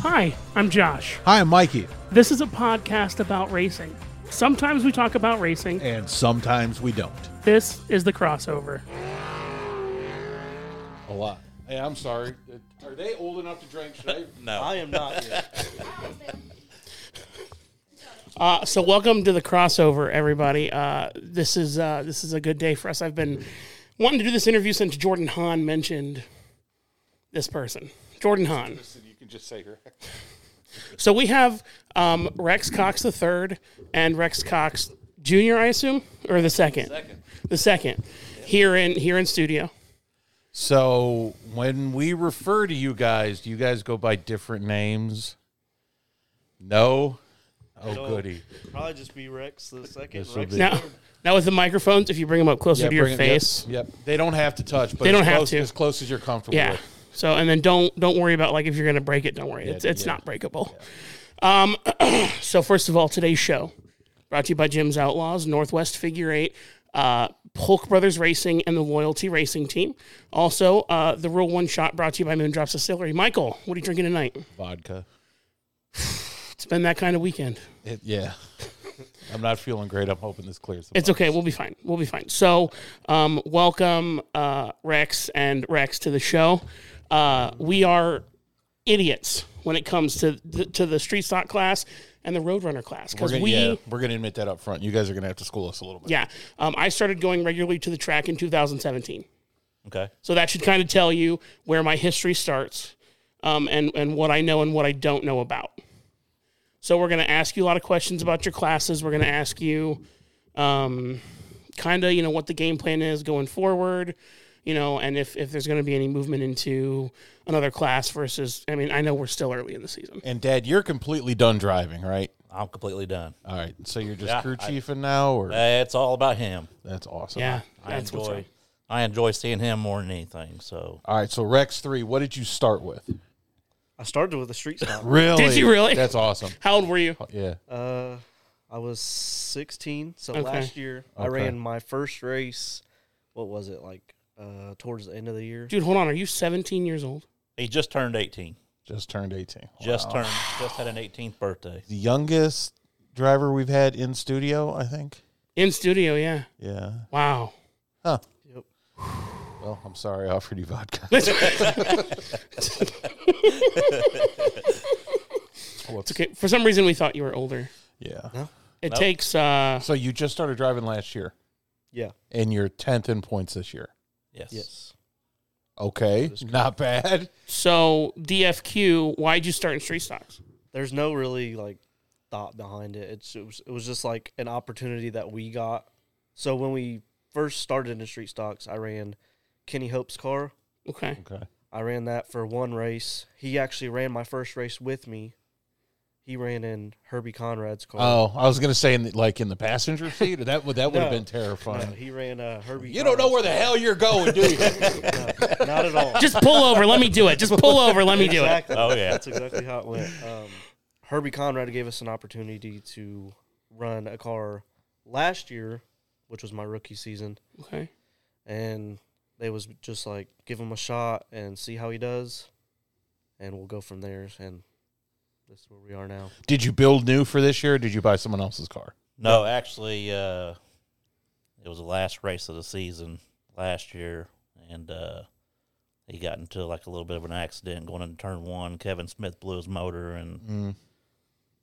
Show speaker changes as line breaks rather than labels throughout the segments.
Hi, I'm Josh.
Hi, I'm Mikey.
This is a podcast about racing. Sometimes we talk about racing.
And sometimes we don't.
This is the crossover.
A lot. Hey, I'm sorry. Are they old enough to drink? Should I?
No.
I am not here.
Uh, so welcome to the crossover, everybody. Uh, this is uh, this is a good day for us. I've been wanting to do this interview since Jordan Hahn mentioned this person, Jordan Hahn.
You can just say her.
So we have um, Rex Cox the third and Rex Cox Jr. I assume, or the second,
Second.
the second here in here in studio.
So when we refer to you guys, do you guys go by different names? No. Oh
No.
goody.
Probably just be Rex the second.
This will
Rex
be-
Now, now with the microphones, if you bring them up closer
Yeah,
to your
bring it- yep,
face,
Yep, They don't have to touch, but
They
as
don't have
close-
to.
as close as you're comfortable.
yeah.
With.
So and then don't don't worry about like if you're gonna break it, don't worry. it's it's
yeah.
not breakable. Um, so first of all, today's show brought to you by Jim's Outlaws, Northwest Figure Eight, uh, Polk Brothers Racing, and the Loyalty Racing Team. Also, uh, the Rule One Shot brought to you by Moondrops Distillery. Michael, what are you drinking tonight?
Vodka.
It's been that kind of weekend.
It- yeah. I'm not feeling great. I'm hoping this clears. The
It's okay. We'll be fine. We'll be fine. So, um, welcome uh, Rex and Rex to the show. Uh, we are idiots when it comes to the, to the street stock class and the roadrunner class
we're
because
gonna,
we
yeah, we're gonna admit that up front. You guys are gonna have to school us a little bit.
yeah um, I started going regularly to the track in 2017.
Okay.
So that should kind of tell you where my history starts um, and, and what I know and what I don't know about. So we're going to ask you a lot of questions about your classes. We're going to ask you um, kind of, you know, what the game plan is going forward, you know, and if, if there's going to be any movement into another class versus, I mean, I know we're still early in the season.
And Dad, you're completely done driving, right?
I'm completely done.
All right. So you're just
Yeah,
crew
I-
chiefing now, or
Uh, it's all about him.
that's awesome.
Yeah.
I
that's what's
enjoy.
up.
I enjoy seeing him more than anything. So
All right. So Rex three. What did you start with?
I started with a street stop.
Really?
Did you really?
That's awesome. Oh,
How old were you?
Yeah.
uh, I was 16, so
Okay.
last year I
Okay.
ran my first race. What was it like? Uh, towards the end of the year.
Dude, hold on. Are you 17 years old?
He just turned 18.
Just turned 18.
Just turned, just had an 18th birthday.
the youngest driver we've had in studio, I think.
In studio, yeah.
Yeah.
Wow.
Yep.
Well, I'm sorry I offered you vodka.
It's okay. For some reason, we thought you were older.
yeah.
It
Nope.
takes, uh,
So you just started driving last year
Yeah.
and you're 10th in points this year.
Yes.
Yes.
Okay.
That's
Not bad.
So DFQ, why'd you start in street stocks?
There's no really like thought behind it. It's it was, it was just like an opportunity that we got. So when we first started in street stocks, I ran Kenny Hope's car.
Okay.
Okay.
I ran that for one race. He actually ran my first race with me. He ran in Herbie Conrad's car.
Oh, I was going to say, in the, like, in the passenger seat? That would, that would have
No.
been terrifying.
No, he ran uh, Herbie.
You don't know where the hell you're going, do you?
where. Not at all.
Just pull over. let me do it. Just pull over. Let me do it.
exactly.
Oh, yeah.
That's exactly how it went. Um, Herbie Conrad gave us an opportunity to run a car last year, which was my rookie season,
Okay.
and they was just like give him a shot and see how he does, and we'll go from there. And this is where we are now.
did you build new for this year or did you buy someone else's car?
No, actually, uh, it was the last race of the season last year, and uh, he got into like a little bit of an accident going into turn one. Kevin Smith blew his motor and
Mm.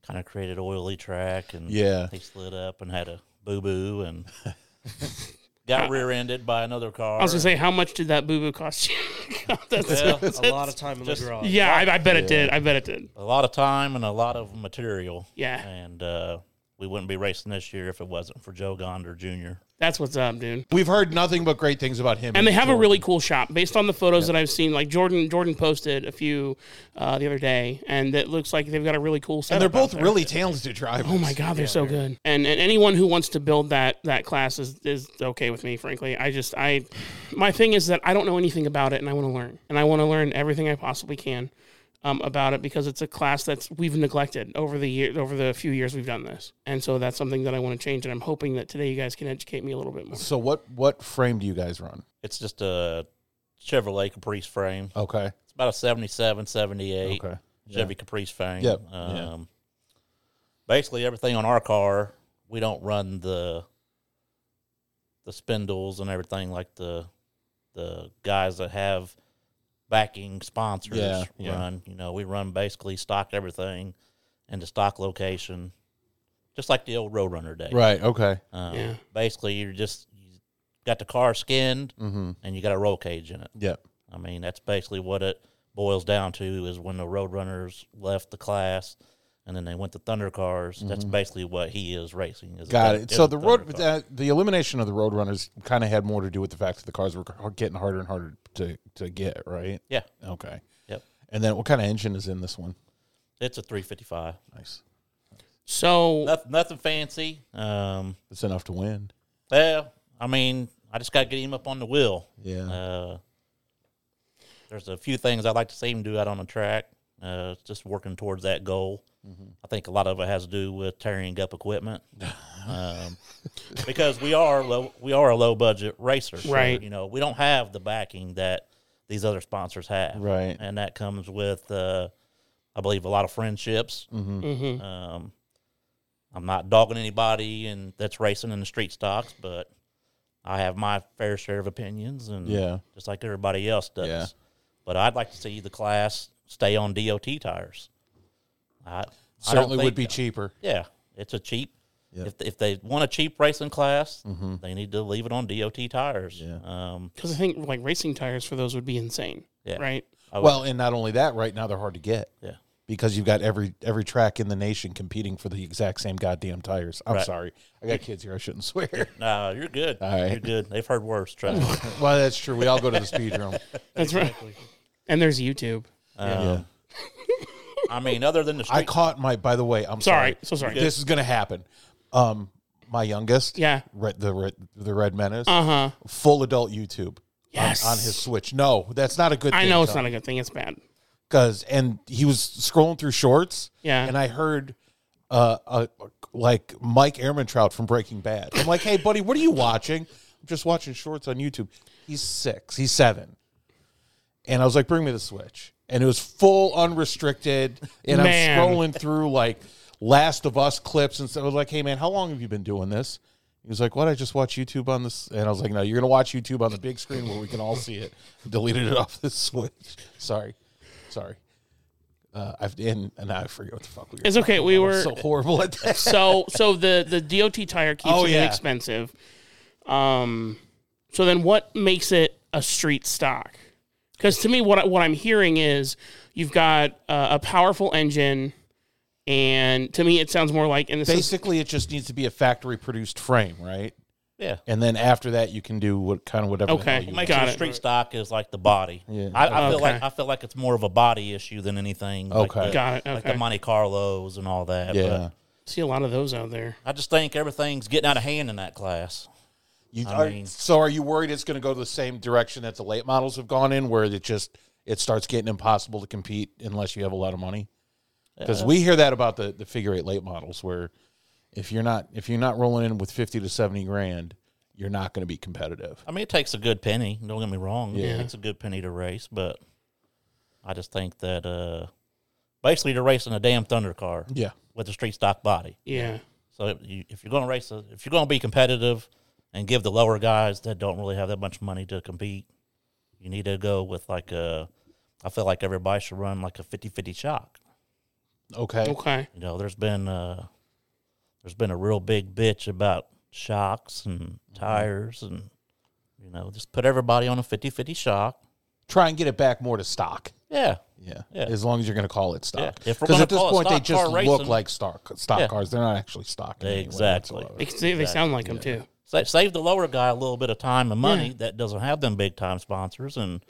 kind of created oily track, and
Yeah.
he slid up and had a boo boo and got rear-ended by another car.
I was gonna say, how much did that boo boo cost you? That's-
Well,
A lot of time in
Just-
the garage.
yeah, I, I bet it did. I bet it did.
a lot of time and a lot of material.
Yeah.
and uh, we wouldn't be racing this year if it wasn't for Joe Gonder Jr.
That's what's up, dude.
We've heard nothing but great things about him.
And they have a
Jordan.
really cool shop based on the photos that I've seen. Like Jordan, Jordan posted a few uh, the other day, and it looks like they've got a really cool setup.
And they're
out
both
there.
really talented drivers.
Oh my god, they're so good. And and anyone who wants to build that that class is is okay with me, frankly. I just I my thing is that I don't know anything about it and I want to learn. And I want to learn everything I possibly can um, about it because it's a class that's we've neglected over the year over the few years we've done this. And so that's something that I want to change and I'm hoping that today you guys can educate me a little bit more.
So what what frame do you guys run?
It's just a Chevrolet Caprice frame.
Okay.
It's about a 77, 78.
Okay.
Chevy Caprice Fang.
Yep. Yeah.
Um, Basically, everything on our car, we don't run the the spindles and everything like the the guys that have backing sponsors
Yeah, yeah.
run. You know, we run basically stock everything in the stock location, just like the old Roadrunner day.
Right. Okay.
Um,
Yeah.
Basically, you're just you got the car skinned
Mm-hmm.
and you got a roll cage in it.
Yeah.
I mean, that's basically what it boils down to is when the Roadrunners left the class and then they went to Thunder Cars. That's basically what he is racing. Is a
Mm-hmm. Got
Thun-
it.
is
So
a
the
Thunder
road,
Car.
uh, the elimination of the Roadrunners kind of had more to do with the fact that the cars were ca- getting harder and harder to to get. Right.
yeah,
Okay.
Yep.
And then, what kind of engine is in this one?
it's a 355.
Nice.
So
Nothing, nothing fancy. Um,
It's enough to win.
well, I mean, I just got to get him up on the wheel.
Yeah.
Uh, there's a few things I'd like to see him do out on the track. Uh, just working towards that goal.
Mm-hmm.
I think a lot of it has to do with tearing up equipment, um, because we are low, we are a low budget racer, so,
Right.
You know, we don't have the backing that these other sponsors have,
Right.
And that comes with, uh, I believe, a lot of friendships.
Mm-hmm.
mhm.
Um, I'm not dogging anybody and that's racing in the street stocks, but I have my fair share of opinions and
Yeah.
just like everybody else does.
Yeah.
But I'd like to see the class stay on DOT tires. I I don't
Certainly would
think-
be cheaper.
Yeah, it's a cheap.
Yep. Mm-hmm.
If, if they want a cheap racing class, they need to leave it on DOT tires.
Yeah.
Um,
because I think like racing tires for those would be insane,
Yeah.
right?
I would-
Well, and not only that, right now they're hard to get.
Yeah.
Because you've got every every track in the nation competing for the exact same goddamn tires. I'm
Right.
sorry, I got kids here. I shouldn't swear.
No, you're good.
All right.
You're good. They've heard worse. Trust me.
well, that's true. We all go to the speed room.
That's right.
Exactly.
And there's YouTube.
Um, I mean, other than the street
I caught my. By the way, I'm
Sorry,
sorry.
so sorry.
This is gonna happen. Um, my youngest.
Yeah.
Red, the red, the red menace.
Uh huh.
full adult YouTube.
Yes.
On his Switch. No, that's not a good.
I
thing,
know it's not a good thing. It's bad.
because and he was scrolling through shorts.
Yeah.
and I heard. Uh, uh, like Mike Ehrmantraut from Breaking Bad. I'm like, hey, buddy, what are you watching? I'm just watching shorts on YouTube. He's six. He's seven. And I was like, bring me the Switch. And it was full unrestricted. And
Man.
I'm scrolling through like Last of Us clips. And so I was like, hey, man, how long have you been doing this? He was like, what? I just watch YouTube on this. And I was like, no, you're going to watch YouTube on the big screen where we can all see it. Deleted it off the Switch. Sorry. Sorry. Uh, I've and, and I forget what the fuck we were.
It's okay. We
I'm
were
so horrible at that.
so so the the DOT tire keeps
Oh,
it
yeah.
inexpensive. Um, so then what makes it a street stock? Because to me, what I- what I'm hearing is you've got uh, a powerful engine, and to me, it sounds more like and this is-
Basically, it just needs to be a factory produced frame, right?
Yeah.
And then after that, you can do what kind of whatever. the
Okay.
hell you
What makes
Got
it a
it.
street stock is like the body.
Yeah.
I, I feel
Okay.
like I feel like it's more of a body issue than anything. like
Okay.
the-
Got it,
Like
okay.
the Monte Carlos and all that.
Yeah.
But
see a lot of those out there.
I just think everything's getting out of hand in that class.
You,
I
are,
mean-
so are you worried it's going to go the same direction that the late models have gone in, where it just it starts getting impossible to compete unless you have a lot of money? Because we
Uh,
hear that about the the figure eight late models, where if you're not if you're not rolling in with fifty to seventy grand, you're not going to be competitive.
I mean, it takes a good penny. Don't get me wrong.
Yeah.
It takes a good penny to race, but I just think that uh, basically they're racing a damn Thunder car
Yeah,
with a street stock body.
Yeah,
So if, you, if you're going to race, a, if you're going to be competitive and give the lower guys that don't really have that much money to compete, you need to go with like a. I feel like everybody should run like a 50-50 shock.
okay,
okay,
You know, there's been uh there's been a real big bitch about shocks
Mm-hmm.
and tires and you know, just put everybody on a 50-50 shock.
try and get it back more to stock.
Yeah.
Yeah.
Yeah.
As long as you're going to call it stock.
Yeah. If
Because
we're gonna
at this
call it
point, they
stock car
just
racing-
look like stock, stock
Yeah.
cars. They're not actually stock. in any way
Exactly.
whatsoever.
they, they, they sound like them too.
Sa- save the lower guy a little bit of time and money
Yeah.
that doesn't have them big time sponsors and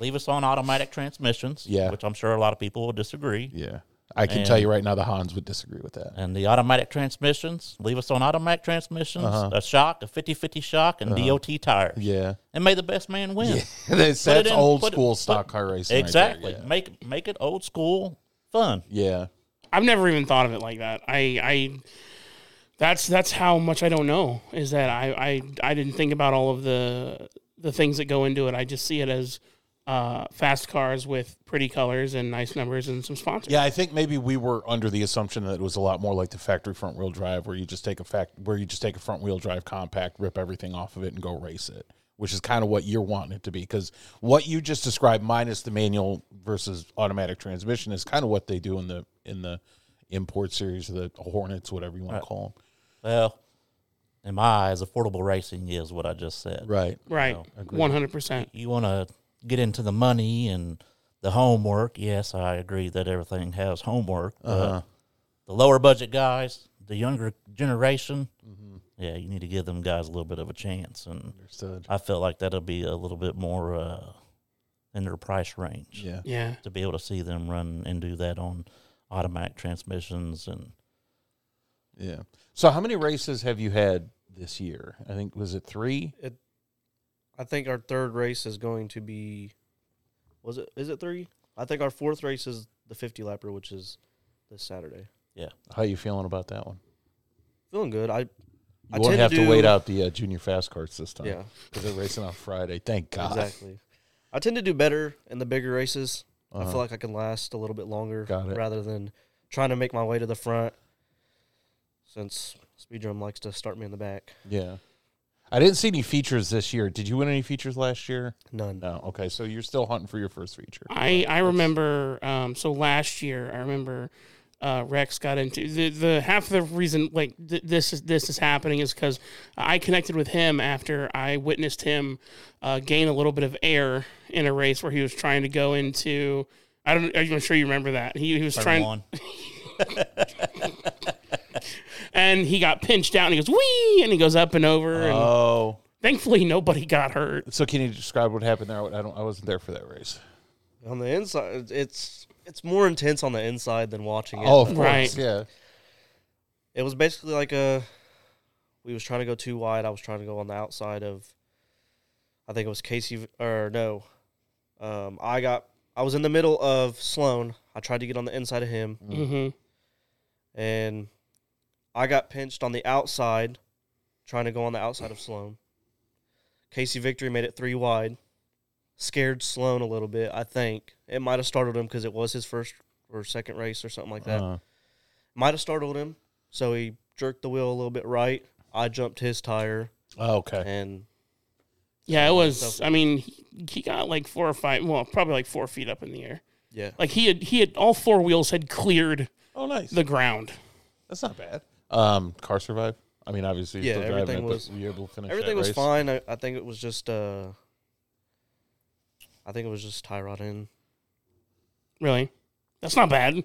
leave us on automatic transmissions,
Yeah.
which I'm sure a lot of people will disagree.
Yeah. I can tell you right now, the Hans would disagree with that.
And the automatic transmissions, leave us on automatic transmissions, a shock, a 50-50 shock and DOT tires.
Uh-huh. Yeah.
And may the best man win.
that's
Put it
that's
in-
old
put it-
school
put-
stock car racing. right there,
Exactly. Make make it old school fun.
yeah. yeah.
I've never even thought of it like that. I, I, that's that's how much I don't know. Is that I, I, I didn't think about all of the the things that go into it. I just see it as uh, fast cars with pretty colors and nice numbers and some sponsors.
Yeah, I think maybe we were under the assumption that it was a lot more like the factory front wheel drive, where you just take a fact, where you just take a front wheel drive compact, rip everything off of it, and go race it, which is kind of what you're wanting it to be. Because what you just described, minus the manual versus automatic transmission, is kind of what they do in the in the import series, the Hornets, whatever you want to call
Well, in my eyes, affordable racing is what I just said.
them. Right.
Right. One hundred percent.
You want to get into the money and the homework. Yes, I agree that everything has homework. but
Uh-huh.
The lower budget guys, the younger generation,
Mm-hmm.
yeah, you need to give them guys a little bit of a chance. And
Understood.
I feel like that'll be a little bit more uh, in their price range.
Yeah.
Yeah.
to be able to see them run and do that on automatic transmissions and
Yeah. So, how many races have you had this year? I think was it three?
I think our third race is going to be, was it? Is it three? I think our fourth race is the 50 lapper, which is this Saturday.
How you feeling about that one?
Feeling good. I, I
You won't
tend
have to,
to do-
wait out the uh, junior fast carts this time.
yeah,
because they're racing on Friday. Thank God.
exactly. I tend to do better in the bigger races. I
Uh-huh.
feel like I can last a little bit longer
Got it.
rather than trying to make my way to the front since Speedrum likes to start me in the back.
Yeah. I didn't see any features this year. Did you win any features last year?
None.
No. Okay, so you're still hunting for your first feature.
I, I remember um, so last year I remember uh, Rex got into the, the half of the reason like th- this is this is happening is because I connected with him after I witnessed him uh, gain a little bit of air in a race where he was trying to go into I don't I'm sure you remember that he, he was
turn
trying
one.
and he got pinched out and he goes wee and he goes up and over and
Oh,
thankfully nobody got hurt
so can you describe what happened there? I don't. I wasn't there for that race.
On the inside, it's it's more intense on the inside than watching it.
oh, of course.
Right.
Yeah.
it was basically like a we was trying to go too wide. I was trying to go on the outside of I think it was Casey or no. Um, I got I was in the middle of Sloan. I tried to get on the inside of him
hmm
and I got pinched on the outside trying to go on the outside of Sloan. Casey Victory made it 3 wide. Scared Sloan a little bit, I think. It might have startled him cuz it was his first or second race or something like that
Uh,
might have startled him. So he jerked the wheel a little bit right. I jumped his tire
oh, okay.
and
yeah it was I mean he, he got like four or five well probably like four feet up in the air.
yeah.
Like he had, he had all four wheels had cleared
Oh, nice.
the ground.
That's not bad. Um, car survived. I mean, obviously, you're still
Yeah,
driving
everything
it, but
was-
were you able to finish.
Everything
that
was
race?
fine. I, I think it was just uh I think it was just tie rod in.
Really, that's not bad.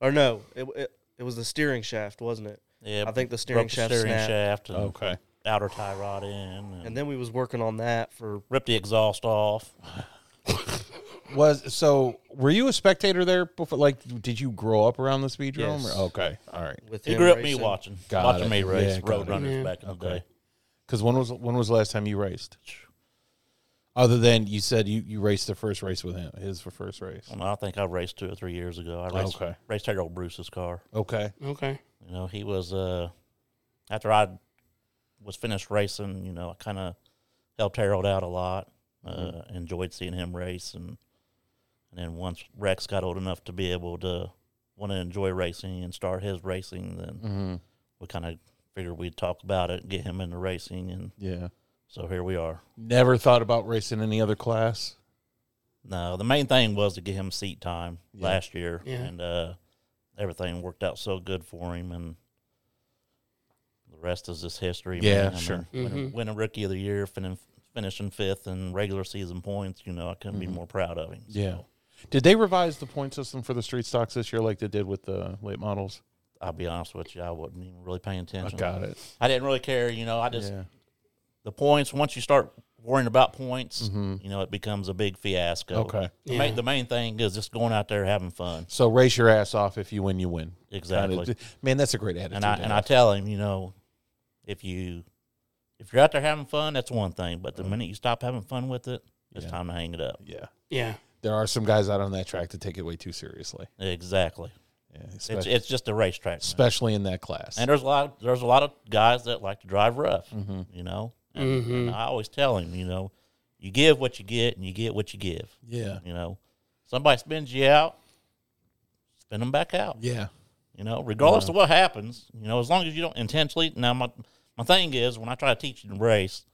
Or no, it it, it was the steering shaft, wasn't it?
Yeah,
I think the steering
broke
shaft
steering
snapped.
shaft, and
Okay.
outer tie rod in, and,
And then we was working on that for
ripped the exhaust off.
Was so? Were you a spectator there before? Like, did you grow up around the speed drum?
Yes.
Or, okay. All right.
with
He
him
grew up me
racing.
watching,
Got
watching
it.
me
Yeah,
race
got
road
it.
runners
Yeah.
back in the
Okay.
day.
Because when was when was the last time you raced? Other than you said you, you raced the first race with him, his for first race.
And I think I raced two or three years ago. I raced,
Okay.
raced Harold Bruce's car.
Okay.
Okay,
You know, he was uh, after I was finished racing. You know, I kind of helped Harold out a lot. Uh,
Mm-hmm.
Enjoyed seeing him race, and and then once Rex got old enough to be able to want to enjoy racing and start his racing, then
Mm-hmm.
we kind of figured we'd talk about it, get him into racing, and
Yeah.
so here we are.
Never thought about racing any other class.
No, the main thing was to get him seat time
Yeah.
last year,
Yeah.
and uh, everything worked out so good for him, and the rest is just history.
Yeah,
I
sure.
Mean,
Mhm.
winning, winning rookie of the year, fin- finishing fifth in regular season points, you know, I couldn't be more proud of him.
Mm-hmm.
So
Yeah. Did they revise the point system for the street stocks this year like they did with the late models?
I'll be honest with you, I wasn't even really paying
I
attention.
got it.
I didn't really care, you know. I just
yeah.
the points. Once you start worrying about points,
Mhm.
you know, it becomes a big fiasco.
Okay.
The,
Yeah.
main, the main thing is just going out there having fun.
So race your ass off if you win, you win. Kinda-
Exactly.
man, that's a great attitude.
and I
to
and I
have.
tell him, you know, if you if you're out there having fun, that's one thing. But the minute you stop having fun with it, it's
Yeah.
time to hang it up.
yeah.
yeah,
There are some guys out on that track that take it way too seriously.
Exactly.
Yeah.
It's
Especially,
it's just a racetrack. man.
especially in that class.
And there's a lot of, there's
Mm-hmm.
a lot of guys that like to drive rough, you know. And, and I always tell him, you know, you give what you get, and you get what you give.
Yeah.
You know, somebody spins you out, spin them back out.
Yeah.
You know, regardless of what happens, you know, as long as you don't intentionally. Now, my my thing is when I try to teach you to race,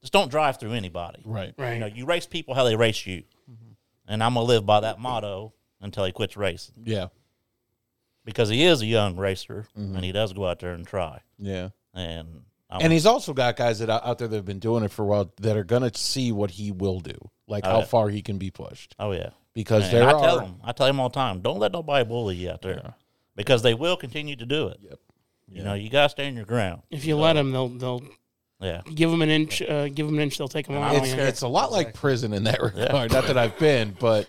just don't drive through anybody.
Right.
Right.
You know, you race people how they race you,
Mm-hmm.
and I'm gonna live by that motto until he quits racing
Yeah.
because he is a young racer and he does go out there and try.
Yeah.
And I
Mm-hmm. And he's also got guys that are out there that have been doing it for a while that are gonna see what he will do, like how
Oh, yeah.
far he can be pushed.
oh yeah,
Because
And
there
I
are
tell them, I tell them all the time, don't let nobody bully you out there because they will continue to do it. Yep. You know, you gotta stand your ground.
If you let them, they'll they'll
Yeah.
give them an inch. Uh, give them an inch, they'll take them out.
it's
man.
it's a lot like prison in that regard. Not that I've been, but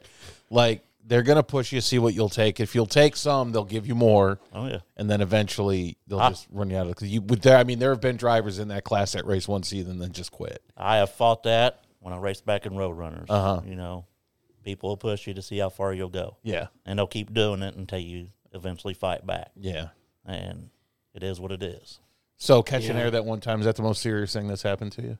like they're gonna push you, see what you'll take. If you'll take some, they'll give you more,
Oh yeah.
and then eventually they'll
Ah.
just run you out of. Cause you, but there, I mean, there have been drivers in that class that race one season and then just quit.
I have fought that when I raced back in Road Runners.
Uh-huh.
You know, people will push you to see how far you'll go,
Yeah,
and they'll keep doing it until you eventually fight back.
yeah.
And it is what it is.
So catching air that one time is that the most serious thing that's happened to you?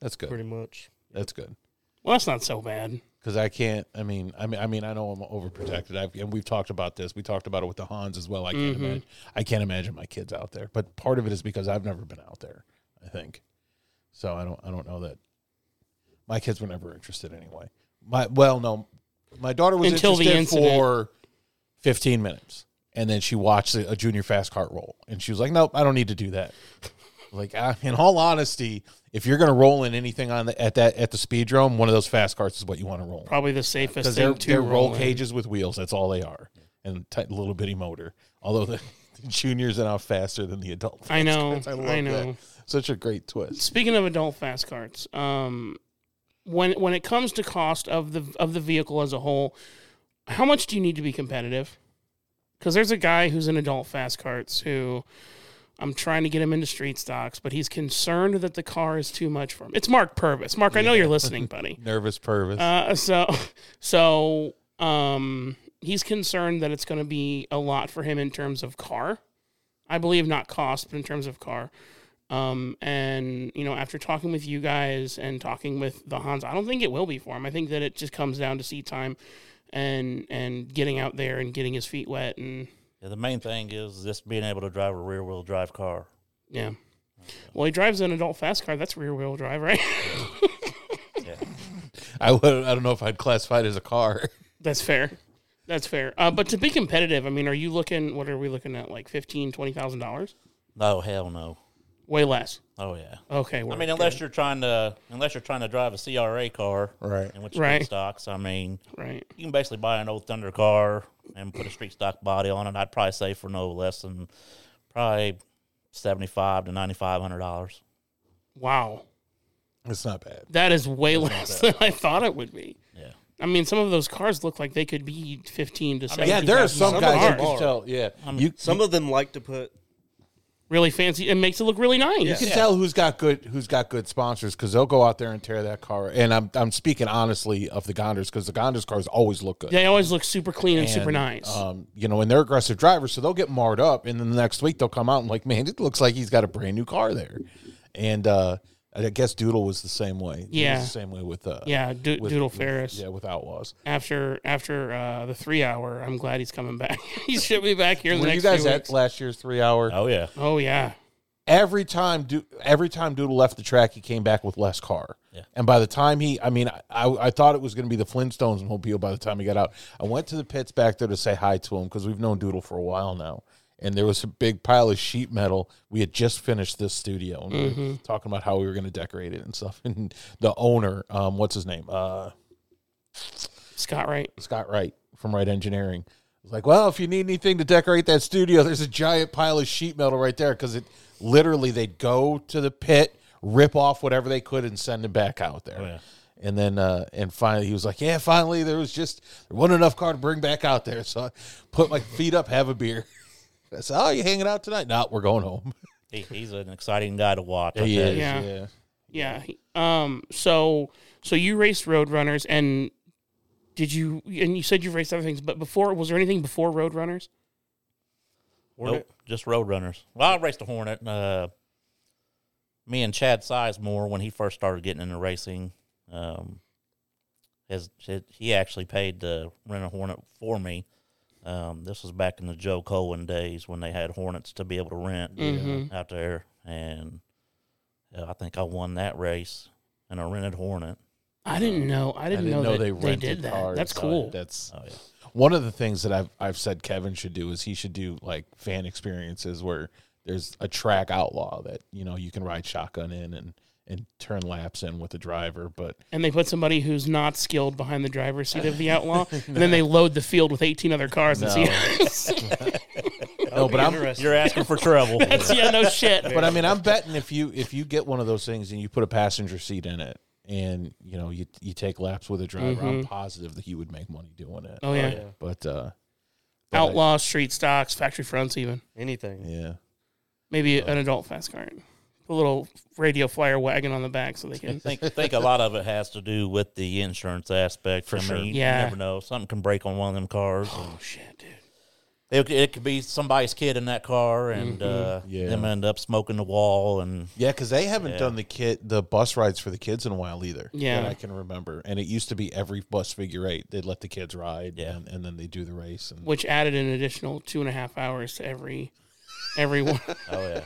That's good.
pretty much.
That's good.
well, that's not so bad.
because I can't. I mean, I mean, I mean, I know I'm overprotected. I've, and we've talked about this. We talked about it with the Hans as well. I can't
Mm-hmm.
imagine. I can't imagine my kids out there. But part of it is because I've never been out there. I think so. I don't. I don't know that my kids were never interested anyway. My well, no, my daughter was
Until the
interested
incident.
for fifteen minutes, and then she watched a, a junior fast cart roll, and she was like, "Nope, I don't need to do that." Like I, in all honesty, if you're going to roll in anything on the, at that at the speedrome, one of those fast carts is what you want to roll. in
Probably the safest
because they're,
thing to
they're roll
in.
cages with wheels. That's all they are, and tight little bitty motor. Although the, the juniors are now faster than the adults.
I know.
I love
I know.
that. Such a great twist.
Speaking of adult fast carts, um, when when it comes to cost of the of the vehicle as a whole, how much do you need to be competitive? Because there's a guy who's in adult fast carts who I'm trying to get him into street stocks, but he's concerned that the car is too much for him. It's Mark Purvis. Mark, I know you're listening, buddy.
Nervous Purvis.
Uh, so so um, he's concerned that it's going to be a lot for him in terms of car. I believe not cost, but in terms of car. Um, and you know, after talking with you guys and talking with the Hans, I don't think it will be for him. I think that it just comes down to seat time and and getting out there and getting his feet wet and
Yeah, the main thing is just being able to drive a rear wheel drive car.
yeah. Well, he drives an adult fast car. That's rear wheel drive, right?
I would. I don't know if I'd classify it as a car.
That's fair. That's fair. Uh, but to be competitive, I mean, are you looking? What are we looking at? Like fifteen, twenty thousand dollars?
No, Oh, hell no.
Way less.
Oh yeah.
Okay. We're
I mean, unless you're trying to unless you're trying to drive a CRA car,
Right.
In which
Right.
street stocks, I mean,
right.
you can basically buy an old Thunder car and put a street stock body on it. I'd probably say for no less than probably seventy five to ninety five hundred dollars.
Wow,
It's not bad.
that is way less than I thought it would be.
Yeah.
I mean, some of those cars look like they could be fifteen to seventeen.
Yeah, there are some,
thousand
guys
dollars.
that you can tell. Yeah, you,
Some of them like to put
really fancy. It makes it look really nice.
you can tell who's got good who's got good sponsors because they'll go out there and tear that car. And I'm I'm speaking honestly of the Gondors because the Gondors cars always look good.
They always look super clean and, super
And,
nice.
Um, you know, and they're aggressive drivers, so they'll get marred up, and then the next week they'll come out and like, man, it looks like he's got a brand new car there. And uh, I guess Doodle was the same way. He was
Yeah.
the same way with uh,
yeah, Do-
with-
Doodle
with-
Ferris.
yeah, with Outlaws.
After after uh, the three hour, I'm glad he's coming back. he should be back here in the
Were you
next
guys
few
at
weeks.
last year's three hour?
Oh yeah.
oh yeah,
Every time, Do- every time Doodle left the track, he came back with less car.
Yeah.
And by the time he, I mean, I, I thought it was going to be the Flintstones and Mobile by the time he got out. I went to the pits back there to say hi to him because we've known Doodle for a while now. And there was a big pile of sheet metal. We had just finished this studio and we were talking about how we were going to decorate it and stuff. And the owner, um, what's his name? Uh,
Scott Wright.
Scott Wright from Wright Engineering was like, "Well, if you need anything to decorate that studio, there's a giant pile of sheet metal right there because it literally they'd go to the pit, rip off whatever they could, and send it back out there."
Oh, yeah.
And then, uh, and finally, he was like, "Yeah, finally, there was just there wasn't enough car to bring back out there, so I put my feet up, have a beer." I said, "Oh, you hanging out tonight? No, we're going home."
He, he's an exciting guy to watch. I tell you.
Yeah.
yeah.
Yeah. he- Um. So so you raced Road Runners, and did you? And you said you raced other things, but before was there anything before Road Runners?
Nope, just road runners. Well, I raced a Hornet. Uh, me and Chad Sizemore when he first started getting into racing, um, has he actually paid to rent a Hornet for me. Um, this was back in the Joe Cohen days when they had Hornets to be able to rent
Mhm.
out there, and uh, I think I won that race and I rented Hornet.
I didn't know. Um, I didn't, know, that they, did that.
cars.
That's
Uh,
cool.
that's
Oh yeah,
one of the things that I've I've said Kevin should do is he should do like fan experiences where there's a track outlaw that you know you can ride shotgun in and and turn laps in with the driver, but
and they put somebody who's not skilled behind the driver's seat of the outlaw, and then they load the field with 18 other cars and see.
no, but I'm
Interesting.
you're asking for trouble.
That's yeah, no shit.
but I mean I'm betting if you if you get one of those things and you put a passenger seat in it and you know you you take laps with a driver, I'm positive that he would make money doing it.
oh yeah,
yeah.
But uh but I-
outlaw street stocks, factory fronts, even
Anything.
yeah.
maybe an adult fast cart, a little radio flyer wagon on the back so they
I
can.
think think a lot of it has to do with the insurance aspect. For I mean,
sure.
you
Yeah.
never know. Something can break on one of them cars.
oh shit, dude.
It, it could be somebody's kid in that car, and uh,
Mm-hmm. Yeah.
them end up smoking the wall. And
Yeah, because they haven't
Yeah.
done the kid the bus rides for the kids in a while either.
Yeah.
that I can remember. And it used to be every bus figure eight. They'd let the kids ride,
Yeah.
and, and then they do the race. And
Which added an additional two and a half hours to every, every one,
oh yeah,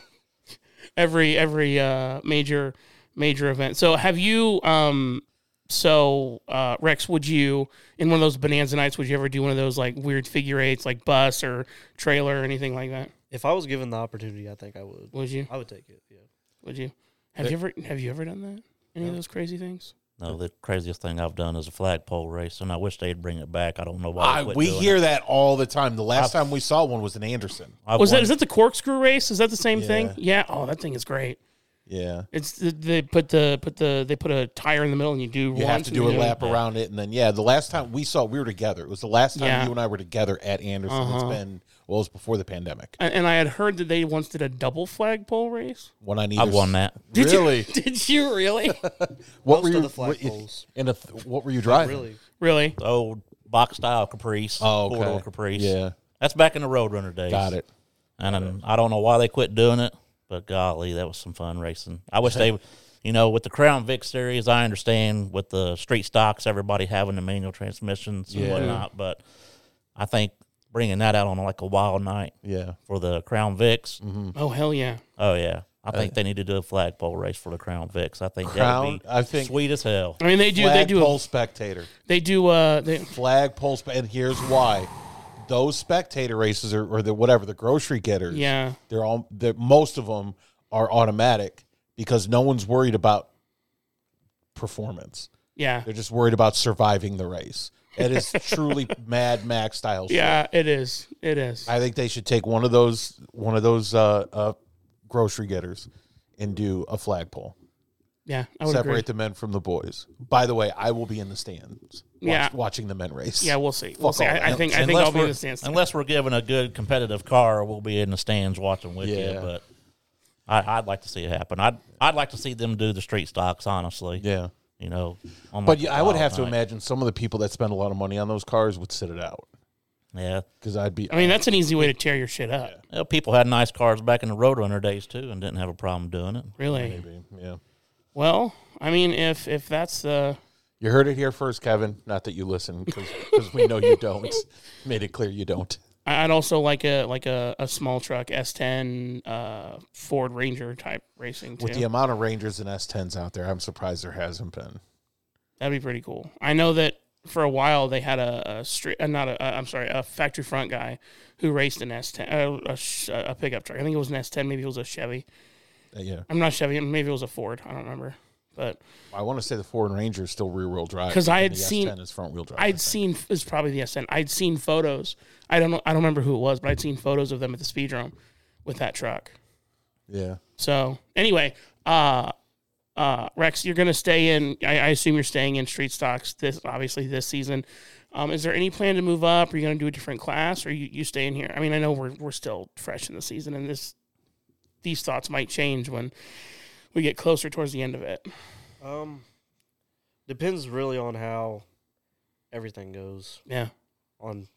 every every uh, major major event. So have you? um so uh, Rex, would you in one of those bonanza nights? Would you ever do one of those like weird figure eights, like bus or trailer or anything like that?
If I was given the opportunity, I think I would.
Would you?
I would take it. Yeah.
Would you?
Uh,
Have you ever have you ever done that? Any of those crazy things?
no, Oh, the craziest thing I've done is a flagpole race, and I wish they'd bring it back. I don't know why
I,
they quit
we
doing
hear
Oh, It.
that all the time. The last time we saw one was in Anderson.
I've
was
won-
that is that the corkscrew race? Is that the same thing?
Yeah.
Yeah. Oh, that thing is great.
Yeah,
It's they put the put the they put a tire in the middle and you do
you have to do a lap around it, and then yeah, the last time we saw, we were together. It was the last time
Yeah.
you and I were together at Anderson. It's
Uh-huh.
been well, it's before the pandemic.
And, and I had heard that they once did a double flagpole race.
When I need,
I won that.
Did you-
Really?
did you really?
What were
Most
you?
of the
what-
flagpoles.
in a th- what were you driving?
Really.
really?
The old box style Caprice,
Oh, okay.
four-door Caprice.
Yeah,
that's back in the Roadrunner days.
got it.
And then I don't know why they quit doing it, but golly, that was some fun racing. I wish they, you know, with the Crown Vic series, I understand with the street stocks, everybody having the manual transmissions and
Yeah.
whatnot, but I think bringing that out on like a wild night
Yeah,
for the Crown Vics,
Mm-hmm.
Oh hell yeah!
oh yeah. I think they need to do a flagpole race for the Crown Vics. I think that
Uh, Crown-
would be
I think-
sweet as hell.
I mean they do they do
Flagpole
a,
spectator.
they do uh they
flagpole, spe- and here's why: those spectator races are, or the whatever the grocery getters,
yeah
they're all they're, most of them are automatic because no one's worried about performance.
yeah
They're just worried about surviving the race. That is truly Mad Max style. shit.
yeah it is it is
I think they should take one of those one of those uh, uh, grocery getters and do a flagpole.
yeah I would
Separate
agree.
the men from the boys. By the way, I will be in the stands. watch-
Yeah.
watching the men race.
yeah we'll see we'll see.
all
I, I
that.
think I think I'll be in
we're-
the stance.
unless we're given a good competitive car, we'll be in the stands watching with
Yeah.
you. But I, I'd like to see it happen. I'd I'd like to see them do the street stocks, honestly.
yeah.
You know, on
But
like
yeah,
a
I would
wild
have to
night.
imagine some of the people that spend a lot of money on those cars would sit it out
Yeah,
because I'd be.
I mean that's an easy way to tear your shit up.
Well, people had nice cars back in the Roadrunner days too, and didn't have a problem doing it.
Really?
maybe, yeah.
Well, I mean if if that's the
You heard it here first, Kevin. Not that you listen because we know you don't. Made it clear you don't.
I- I'd also like a like a, a small truck S10 uh, Ford Ranger type racing too.
With the amount of Rangers and S10s out there, I'm surprised there hasn't been.
That'd be pretty cool. I know that for a while they had a, a street, uh, not a, a, I'm sorry, a factory front guy who raced an S10, uh, a, sh- a pickup truck. I think it was an S10, maybe it was a Chevy.
Uh, yeah,
I'm not Chevy, maybe it was a Ford. I don't remember, but
I want to say the Ford Ranger is still rear wheel drive
'Cause I
and
had
the
seen-
S10 is front wheel drive.
I'd seen it's probably the SN. I'd seen photos. I don't know. I don't remember who it was, but I'd seen photos of them at the speedrome with that truck.
yeah,
So anyway, uh, uh, Rex, you're gonna stay in. I, I assume you're staying in street stocks this obviously this season. Um, is there any plan to move up? Are you gonna do a different class, or you you staying here? I mean, I know we're we're still fresh in the season, and this these thoughts might change when we get closer towards the end of it.
Um, depends really on how everything goes.
Yeah,
On,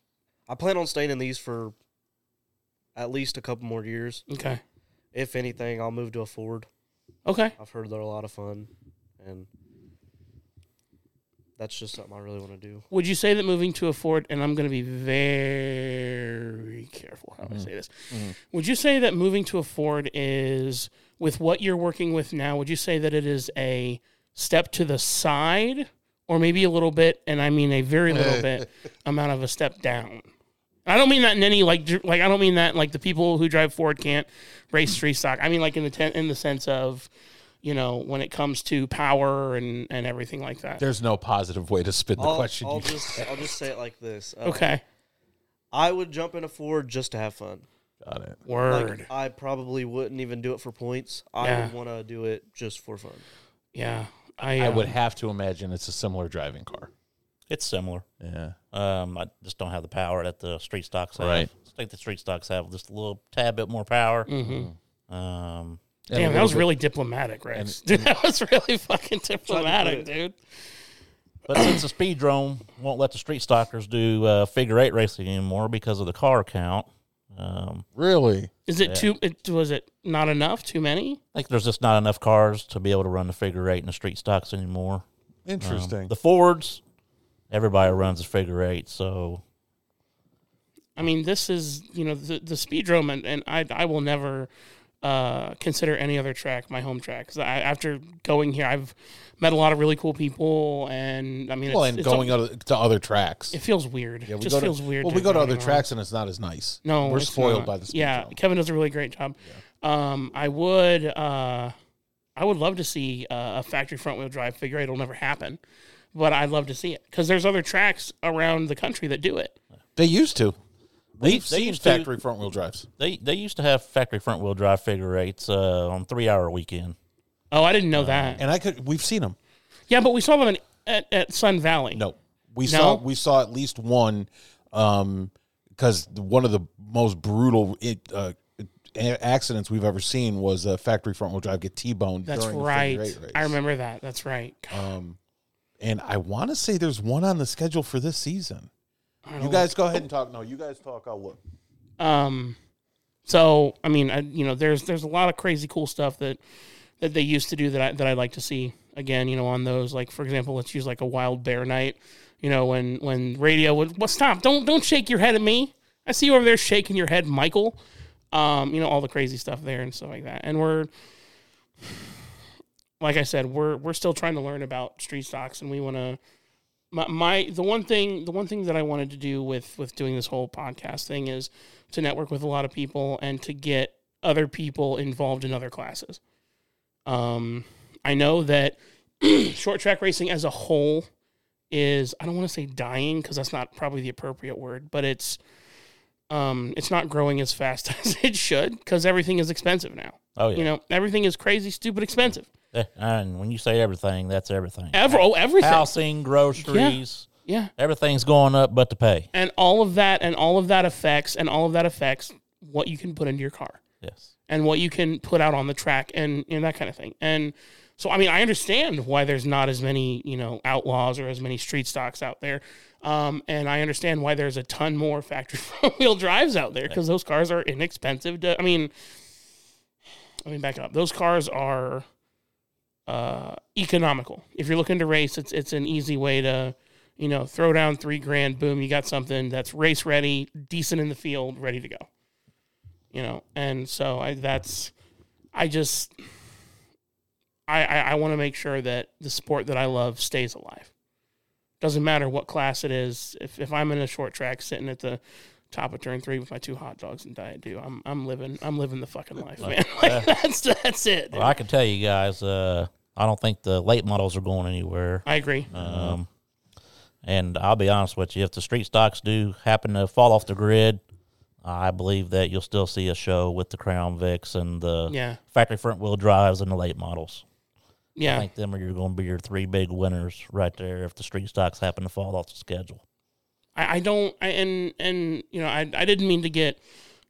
I plan on staying in these for at least a couple more years.
okay,
If anything, I'll move to a Ford.
Okay.
I've heard they're a lot of fun, and that's just something I really want to do.
Would you say that moving to a Ford, and I'm going to be very careful how I say this, would you say that moving to a Ford is, with what you're working with now, would you say that it is a step to the side, or maybe a little bit, and I mean a very little bit amount of a step down? I don't mean that in any like dr- like I don't mean that like the people who drive Ford can't race three stock. I mean like in the ten, in the sense of, you know, when it comes to power and and everything like that.
There's no positive way to spin the
I'll,
question.
I'll
you
just I'll just say it like this. Uh,
Okay.
I would jump in a Ford just to have fun.
got it.
Word.
Like I probably wouldn't even do it for points. I
Yeah.
would want to do it just for fun.
yeah. I,
I
uh,
would have to imagine it's a similar driving car.
It's similar.
Yeah.
Um, I just don't have the power that the street stocks have.
Right.
I think the street stocks have just a little tad bit more power.
mhm.
Um,
And a
Damn, that
little
was
bit-
really diplomatic, Rex. Dude, that was really fucking diplomatic, dude.
but since the speed drone won't let the street stalkers do uh, figure eight racing anymore because of the car count, um,
really.
Is it too? It, was it not enough? Too many?
I think there's just not enough cars to be able to run the figure eight in the street stocks anymore. Um,
Interesting.
the Fords, everybody runs the figure eight, so
I mean, this is you know the the speedrome, and, and I I will never uh, consider any other track my home track. 'Cause I, after going here, I've met a lot of really cool people, and I mean,
well,
it's,
and
it's-
going other, to other tracks.
it feels weird.
Yeah,
it
we
just
go to-
feels weird.
Well, we
dude,
go to
running
other
around.
tracks and it's not as nice.
No,
we're
it's
spoiled
not.
by the speed
Yeah,
drone.
Kevin does a really great job. Um, I would, uh, I would love to see uh, a factory front wheel drive figure eight. It'll never happen, but I'd love to see it because there's other tracks around the country that do it.
They used to. We've
they
seen
used to-
factory front wheel drives.
they they used to have factory front wheel drive figure eights uh, on three hour weekend.
Oh, I didn't know that.
And I could we've seen them.
Yeah, but we saw them in, at, at Sun Valley.
No. We
No?
saw we saw at least one um because one of the most brutal it, uh, a- accidents we've ever seen was a factory front wheel drive get T-boned
that's
during
right.
the figure eight race.
I remember that. That's right.
Um and I want to say there's one on the schedule for this season.
I don't
You guys go ahead and talk. No, you guys talk. I'll look.
Um, so I mean, I, you know, there's there's a lot of crazy cool stuff that that they used to do that I, that I'd like to see again. You know, on those like for example, let's use like a wild bear night. You know, when when radio would well stop, don't don't shake your head at me. I see you over there shaking your head, Michael. Um, you know all the crazy stuff there and stuff like that. And we're like I said, we're we're still trying to learn about street stocks, and we want to. My, my the one thing the one thing that I wanted to do with with doing this whole podcast thing is to network with a lot of people and to get other people involved in other classes. Um, I know that short track racing as a whole is I don't want to say dying because that's not probably the appropriate word, but it's um, it's not growing as fast as it should because everything is expensive now.
Oh yeah,
You know, everything is crazy, stupid, expensive.
Eh, and when you say everything, that's everything.
Ever, oh, everything.
Housing, groceries,
Yeah.
everything's going up, but to pay.
And all of that, and all of that affects, and all of that affects what you can put into your car.
Yes.
and what you can put out on the track and and that kind of thing. And so I mean I understand why there's not as many you know outlaws or as many street stocks out there, um, and I understand why there's a ton more factory front wheel drives out there because those cars are inexpensive. To, I mean, let me back up. Those cars are uh, economical. If you're looking to race, it's it's an easy way to you know throw down three grand, boom, you got something that's race ready, decent in the field, ready to go you know and so i that's i just i i, I want to make sure that the sport that i love stays alive doesn't matter what class it is if, if i'm in a short track sitting at the top of turn three with my two hot dogs and diet dew i'm i'm living i'm living the fucking life man like that's that's it dude.
Well, I can tell you guys, uh, I don't think the late models are going anywhere.
i agree
Um, and I'll be honest with you, if the street stocks do happen to fall off the grid, I believe that you'll still see a show with the Crown Vics and the
yeah
factory front wheel drives and the late models. I
yeah
think them are you're going to be your three big winners right there if the street stocks happen to fall off the schedule.
I, I don't I, and and you know I, I didn't mean to get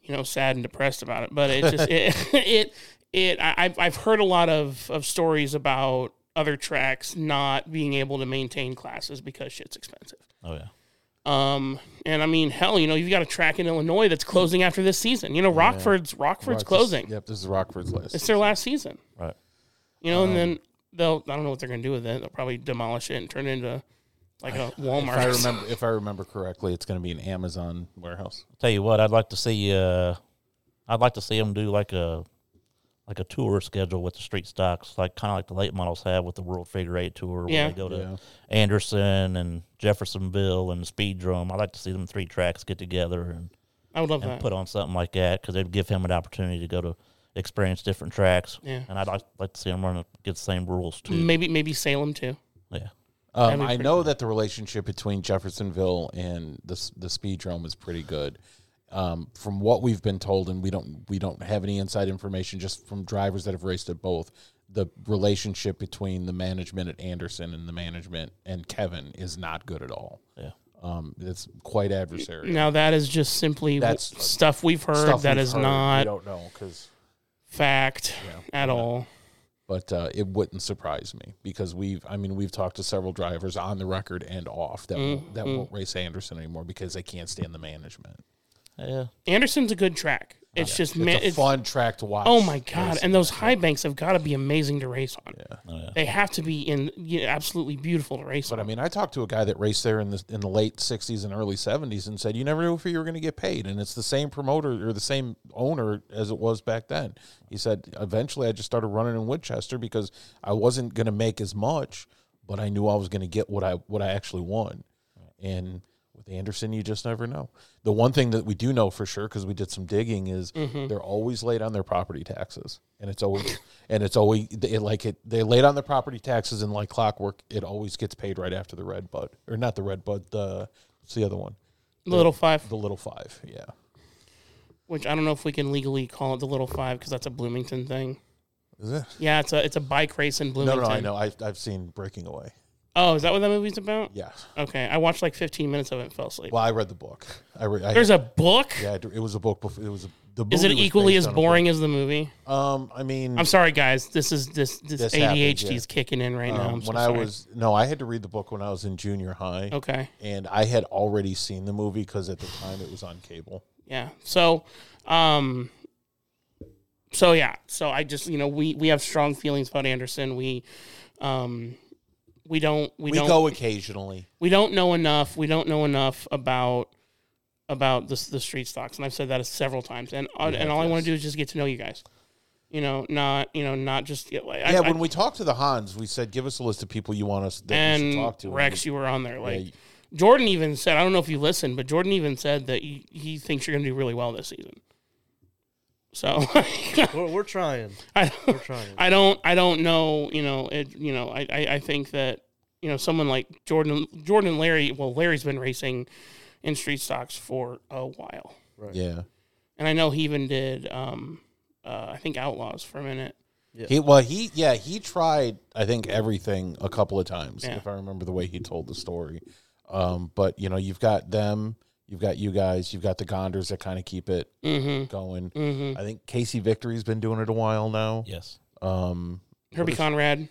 you know sad and depressed about it but it just it it, it I, I've- I've heard a lot of of stories about other tracks not being able to maintain classes because shit's expensive
Oh yeah,
um and I mean hell you know you've got a track in Illinois that's closing after this season you know Rockford's Rockford's
Rockford's-
closing
Yep, this is Rockford's list.
it's their last season
right.
You know,
Um,
and then they'll I don't know what they're gonna do with it. They'll probably demolish it and turn it into like a Walmart.
If I remember, if I remember correctly, it's going to be an Amazon warehouse.
Tell you what, I'd like to see. Uh, I'd like to see them do like a like a tour schedule with the street stocks, like kind of like the late models have with the World Figure Eight Tour, where
Yeah.
they go to
Yeah.
Anderson and Jeffersonville and Speed Drum. I'd like to see them three tracks get together and,
I would love
and
that.
put on something like that because it'd give him an opportunity to go to experience different tracks.
Yeah.
And I'd like, like to see him run a, get the same rules too.
maybe maybe Salem too.
Yeah.
Um,
That'd be
I
pretty
know that the relationship between Jeffersonville and the s- the speed drum is pretty good. Um, from what we've been told, and we don't we don't have any inside information, just from drivers that have raced at both. The relationship between the management at Anderson and the management and Kevin is not good at all.
Yeah.
um, it's quite adversarial.
Now that is just simply w-
That's-
stuff we've heard.
Stuff
that
we've
is
heard, we
not
don't know because,
fact at all.
but uh, it wouldn't surprise me because we've I mean we've talked to several drivers on the record and off that
Mm,
won't, that won't race Anderson anymore because they can't stand the management.
Yeah.
Anderson's a good track. It's just man,
it's a
it's,
fun track to watch.
oh my god! And those high banks have got to be amazing to race on.
Oh, yeah.
They have to be in yeah, absolutely beautiful to race
But I
on.
mean, I talked to a guy that raced there in the in the late '60s and early '70s, and said you never knew if you were going to get paid, and it's the same promoter or the same owner as it was back then. He said eventually I just started running in Winchester because I wasn't going to make as much, but I knew I was going to get what I what I actually won. And with Anderson, you just never know. The one thing that we do know for sure because we did some digging is
Mm-hmm.
they're always late on their property taxes, and it's always and it's always they, like it. They late on their property taxes, and like clockwork, it always gets paid right after the red bud or not the red bud. The it's the other one,
The Little Five,
the little five. Yeah,
which I don't know if we can legally call it the Little Five because that's a Bloomington thing.
is it?
Yeah, it's a it's a bike race in
No, no,
Bloomington.
no. I know. I've I've seen Breaking Away.
Oh, is that what that movie's about?
Yeah.
Okay, I watched like 15 minutes of it and fell asleep.
Well, I read the book. I, re- I
There's a book.
yeah. It was a book before. It was a, the.
Is it
movie was
equally
based
as
on a book.
boring as the movie?
Um, I mean,
I'm sorry, guys. This is this this,
This happens,
ADHD
yeah.
is kicking in right now.
um,
Oh, I'm so
when I
sorry. Oh.
was no, I had to read the book when I was in junior high.
okay,
and I had already seen the movie because at the time it was on cable.
yeah. So, um, so yeah. So I just you know we we have strong feelings about Anderson. We, um, we don't we,
We,
don't
go occasionally.
we don't know enough. We don't know enough about about this the street stocks, and I've said that several times. And uh, and all I want to do is just get to know you guys. You know, not you know not just get like I-
yeah,
I-
when we talked to the Hans, we said, "Give us a list of people you want us that we
and
should talk to."
Rex, you were on there.
And
Like
we- yeah,
Jordan even said, I don't know if you listened, but Jordan even said that he, he thinks you're going to do really well this season. So
We're, we're trying.
I
We're
don't,
trying.
I don't I don't know. You know, it, you know, I, I I think that you know someone like Jordan Jordan and Larry. Well, Larry's been racing in street stocks for a while,
yeah.
and I know he even did. Um, uh, I think Outlaws for a minute.
He well, he yeah, he tried. I think everything a couple of times,
Yeah.
if I remember the way he told the story. Um, but you know, you've got them, you've got you guys, you've got the Gondors that kind of keep it
Mm-hmm.
going.
Mm-hmm.
I think Casey Victory's been doing it a while now.
Yes.
Um,
Herbie Conrad.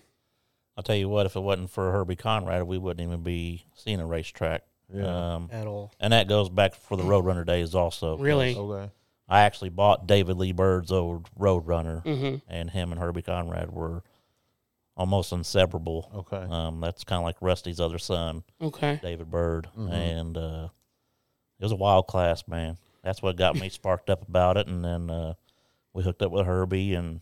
I'll tell you what, if it wasn't for Herbie Conrad, we wouldn't even be seeing a racetrack.
Yeah.
Um,
At all.
and that goes back for the Roadrunner days also.
Really?
okay. Oh.
I actually bought David Lee Bird's old Roadrunner,
Mm-hmm.
and him and Herbie Conrad were almost inseparable.
Okay.
Um, that's kind of like Rusty's other son,
Okay.
David Bird,
Mm-hmm.
and uh, it was a wild class, man. That's what got me sparked up about it, and then uh, we hooked up with Herbie. And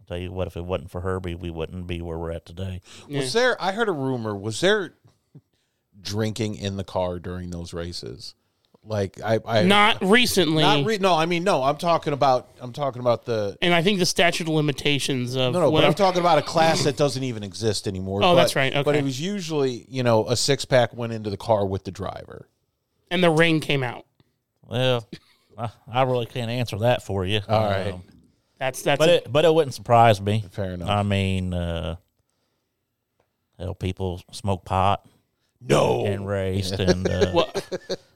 I'll tell you what, if it wasn't for Herbie, we wouldn't be where we're at today.
Yeah.
Was there? I heard a rumor. Was there drinking in the car during those races? Like I, I
Not recently.
not re- no. I mean, no. I'm talking about. I'm talking about the.
and I think the statute of limitations of
No, no, but
whatever.
I'm talking about a class that doesn't even exist anymore.
Oh,
but-
that's right,
But
okay.
it was usually, you know, a six pack went into the car with the driver.
and the ring came out.
Well, I, I really can't answer that for you. Um,
All right.
That's that's
but
a-
it but it wouldn't surprise me.
Fair enough.
I mean, uh, hell, people smoke pot
no,
and raced, and uh,
well,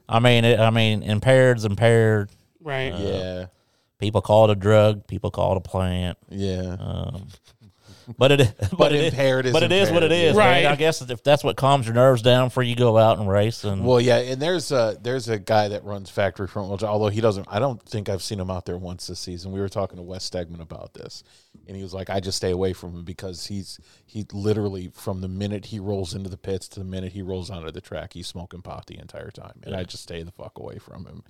I mean, it, I mean, impaired's impaired.
right.
yeah,
People call it a drug. People call it a plant.
yeah.
Um, But it, but,
But
it is-
impaired is
but it is what it
impaired,
is,
yeah.
right?
Right.
I guess if that's what calms your nerves down before you go out and race, and
Well, yeah, and there's a there's a guy that runs factory front wheel drive. Although he doesn't, I don't think I've seen him out there once this season. We were talking to Wes Stegman about this, and he was like, "I just stay away from him because he's he literally from the minute he rolls into the pits to the minute he rolls onto the track, he's smoking pot the entire time, and I just stay the fuck away from him."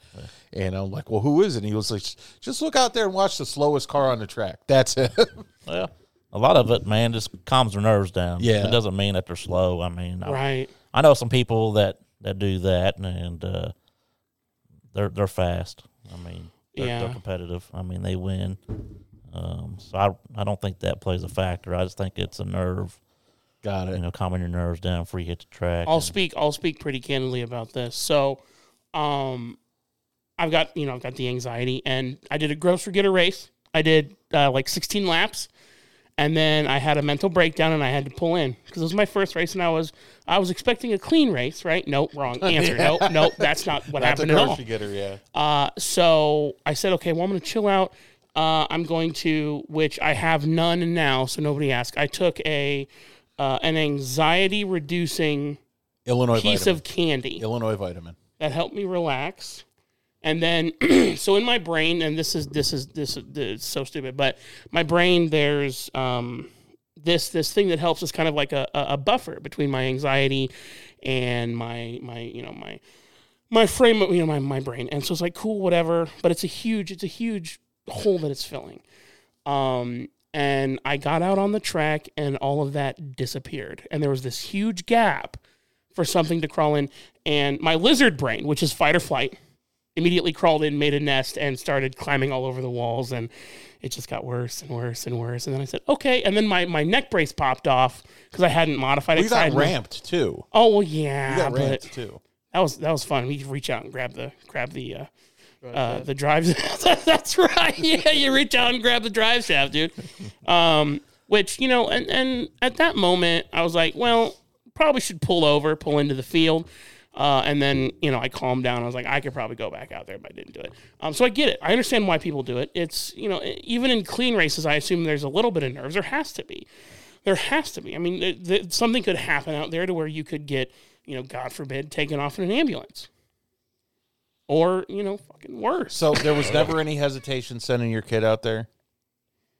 And I'm like, "Well, who is it?" And he was like, "Just look out there and watch the slowest car on the track. That's it."
yeah, a lot of it, man, just calms your nerves down.
Yeah.
it doesn't mean that they're slow. I mean, I,
Right.
I know some people that that do that, and uh, they're they're fast. I mean, they're,
Yeah.
they're competitive. I mean, they win. Um, so I I don't think that plays a factor. I just think it's a nerve,
Got
you know, calming your nerves down before you hit the track.
I'll
and-
speak. I'll speak pretty candidly about this. So, um, I've got you know I've got the anxiety, and I did a gross getter race. I did uh, like 16 laps, and then I had a mental breakdown, and I had to pull in because it was my first race, and I was I was expecting a clean race, right? Nope, wrong answer. Nope, nope. That's not what
That's a
happened at all.
grocery getter, yeah.
Uh, so I said, okay, well, I'm going to chill out. Uh, I'm going to, which I have none now, so nobody asked. I took a uh, an anxiety reducing
Illinois
piece
vitamin.
of candy
Illinois vitamin.
that helped me relax. And then, so in my brain, and this is this is this, is this is so stupid, but my brain there's um, this this thing that helps is kind of like a, a a buffer between my anxiety and my my you know my my frame of you know my my brain. And so it's like cool, whatever. But it's a huge it's a huge hole that it's filling. Um, and I got out on the track, and all of that disappeared, and there was this huge gap for something to crawl in. And my lizard brain, which is fight or flight, immediately crawled in, made a nest, and started climbing all over the walls. And it just got worse and worse and worse. And then I said, okay. And then my, my neck brace popped off because I hadn't modified it.
We
'cause I
got
hadn't-
ramped too.
Oh well, yeah,
We got
but
ramped too.
that was that was fun. We could reach out and grab the grab the uh, uh, the drive. That's right. Yeah, you reach out and grab the drive shaft, dude. Um, which you know, and and at that moment, I was like, well, probably should pull over, pull into the field. Uh, and then you know I calmed down. I was like, I could probably go back out there, but I didn't do it. Um, so I get it. I understand why people do it. It's you know e, even in clean races, I assume there's a little bit of nerves. There has to be there has to be. I mean, th th something could happen out there to where you could get, you know, God forbid, taken off in an ambulance, or you know, fucking worse.
So there was never any hesitation sending your kid out there.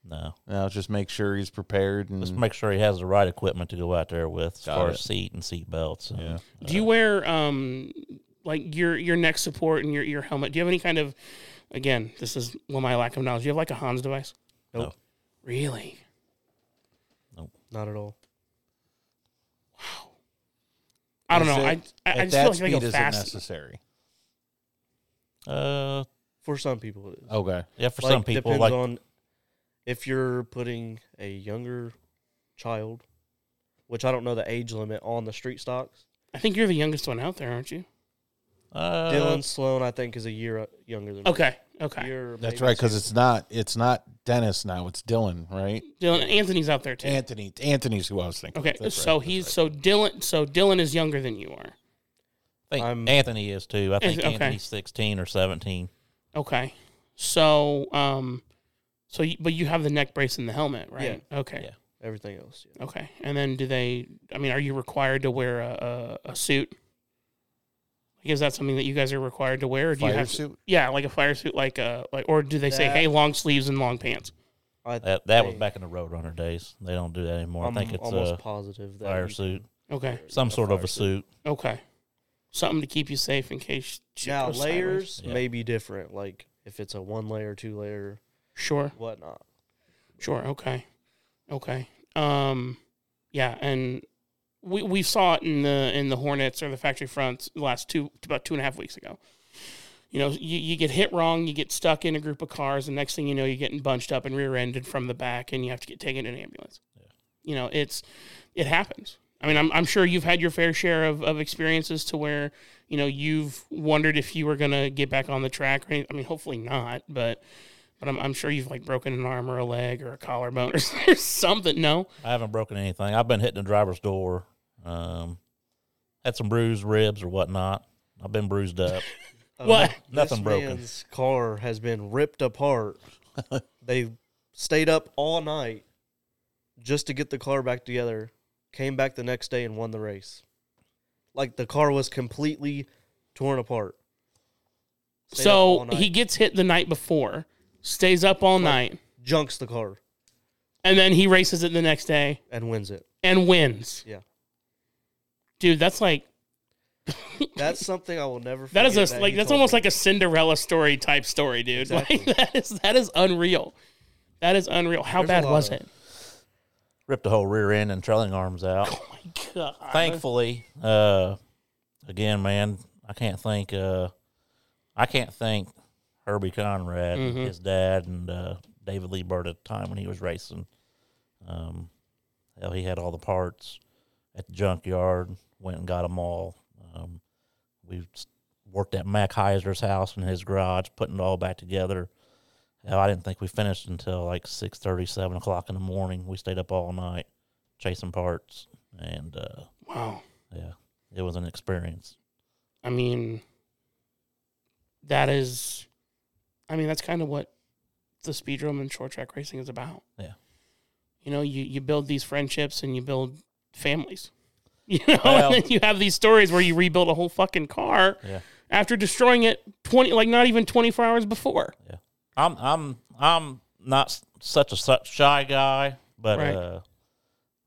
no.
Now just make sure he's prepared and
uh, Just make sure he has the right equipment to go out there with, as
Mm-hmm. Got
far
it.
as seat and seat belts. And,
Yeah.
Do you wear um like your your neck support and your ear helmet? Do you have any kind of again? This is well my lack of knowledge. Do you have like a Hans device?
Nope.
Really?
Not at all.
I don't
Is
know.
it-
I I, I
at
just feel
that
like I
speed
go
is it
fast.
necessary.
Uh,
For some people, it is.
Okay,
yeah, for
Like,
some people,
depends
like
on if you're putting a younger child, which I don't know the age limit on the street stocks.
I think you're the youngest one out there, aren't you?
uh,
Dylan Sloan, I think, is a year uh, younger than me.
Okay. Okay.
Year,
that's
maybe
right because
two.
it's not it's not Dennis now. It's Dylan, right?
Dylan Anthony's out there too.
Anthony. Anthony's who I was thinking.
okay.
of. That's
so
right,
he's
that's
so Dylan so Dylan is younger than you are.
I think
I'm-
Anthony is too. I think
Okay.
Anthony's sixteen or seventeen.
Okay. So, um, so you, but you have the neck brace and the helmet, right? Okay.
everything else. yeah.
Okay. And then do they? I mean, are you required to wear a, a, a suit? Like, is that something that you guys are required to wear? Or do
right.
you
Fire
have
suit.
yeah, like a fire suit, like a like, or do they say,
That-
hey, long sleeves and long pants?
I,
That that was
Hey.
back in the Roadrunner days. They don't do that anymore. i
am
think it's uh,
almost
a
positive that
fire
you-
suit,
Okay.
some sort of
fire
a suit.
Okay. Something to keep you safe in case. shit
Now
goes sideways.
layers
Yeah.
may be different. Like if it's a one layer, two layer,
Sure.
whatnot.
Sure. Okay. Okay. Um, yeah, and we we saw it in the in the Hornets or the factory fronts the last two about two and a half weeks ago. You know, you, you get hit wrong, you get stuck in a group of cars, and next thing you know, you're getting bunched up and rear-ended from the back, and you have to get taken in an ambulance. You know, it's it happens. I mean, I'm, I'm sure you've had your fair share of, of experiences to where, you know, you've wondered if you were going to get back on the track. Or any, I mean, hopefully not, but but I'm, I'm sure you've like broken an arm or a leg or a collarbone or something. No,
I haven't broken anything. I've been hitting the driver's door. Um, had some bruised ribs or whatnot. I've been bruised up.
Uh,
What?
This
Nothing broken.
man's car has been ripped apart. they stayed up all night just to get the car back together, came back the next day and won the race. Like the car was completely torn apart. Stayed up all
so
night,
he gets hit the night before, stays up all night,
junks the car
and then he races it the next day
and wins it.
and wins.
Yeah.
Dude, that's like
That's something I will never
that
forget.
is a
he
like that's
told
almost
me.
like a Cinderella story type story, dude.
Exactly.
Like that is that is unreal. That is unreal. How
There's a
bad
lot
was
of-
it?
Ripped the whole rear end and trailing arms out.
God.
Thankfully, uh, again, man, I can't thank uh, I can't thank Herbie Conrad, and his dad, and uh, David Lee Bird at the time when he was racing. Um, hell, he had all the parts at the junkyard. Went and got them all. Um, we s- worked at Mac Heiser's house in his garage, putting it all back together. Hell, I didn't think we finished until like six thirty, seven o'clock in the morning. We stayed up all night chasing parts, and uh,
Wow.
yeah, it was an experience.
I mean, that is, I mean, that's kind of what the speed room and short track racing is about.
Yeah.
You know, you, you build these friendships and you build families. You know,
Well-
and then you have these stories where you rebuild a whole fucking car
Yeah.
after destroying it 20, like not even 24 hours before.
I'm I'm I'm not s- such a such shy guy, but
Right.
uh,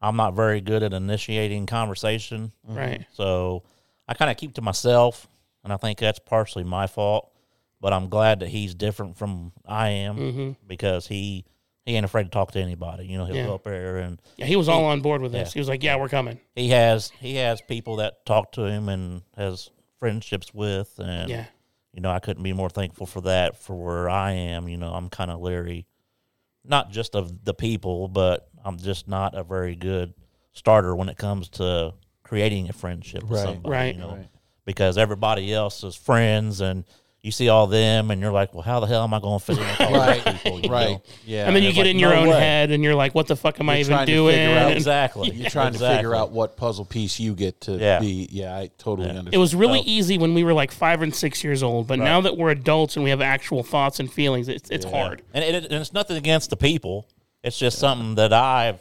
I'm not very good at initiating conversation,
Right.
so I kind of keep to myself, and I think that's partially my fault. But I'm glad that he's different from I am
hmm
because he he ain't afraid to talk to anybody. You know, he'll
Yeah.
go up there and
Yeah. He was all on board with
Yeah.
this. He was like, yeah, we're coming.
he has he has people that talk to him and has friendships with and
Yeah.
you know, I couldn't be more thankful for that for where I am. You know, I'm kind of leery, not just of the people, but I'm just not a very good starter when it comes to creating a friendship with
Right.
somebody.
Right.
You know, because everybody else is friends and. You see all them, and you're like, "Well, how the hell am I going to fit in with all
Right.
these people?" you know?
Right. Yeah.
and then you
it's
get
like,
in your
no
own
way.
head and you're like, what the fuck am I
You're
even
trying to
doing?
figure out
And
exactly.
You're trying to figure
Exactly.
out what puzzle piece you get to
Yeah.
be. Yeah, I totally understand.
It was really
So-
easy when we were like five and six years old, but now that we're adults and we have actual thoughts and feelings, it's it's hard.
and, it, and it's nothing against the people. It's just something that I've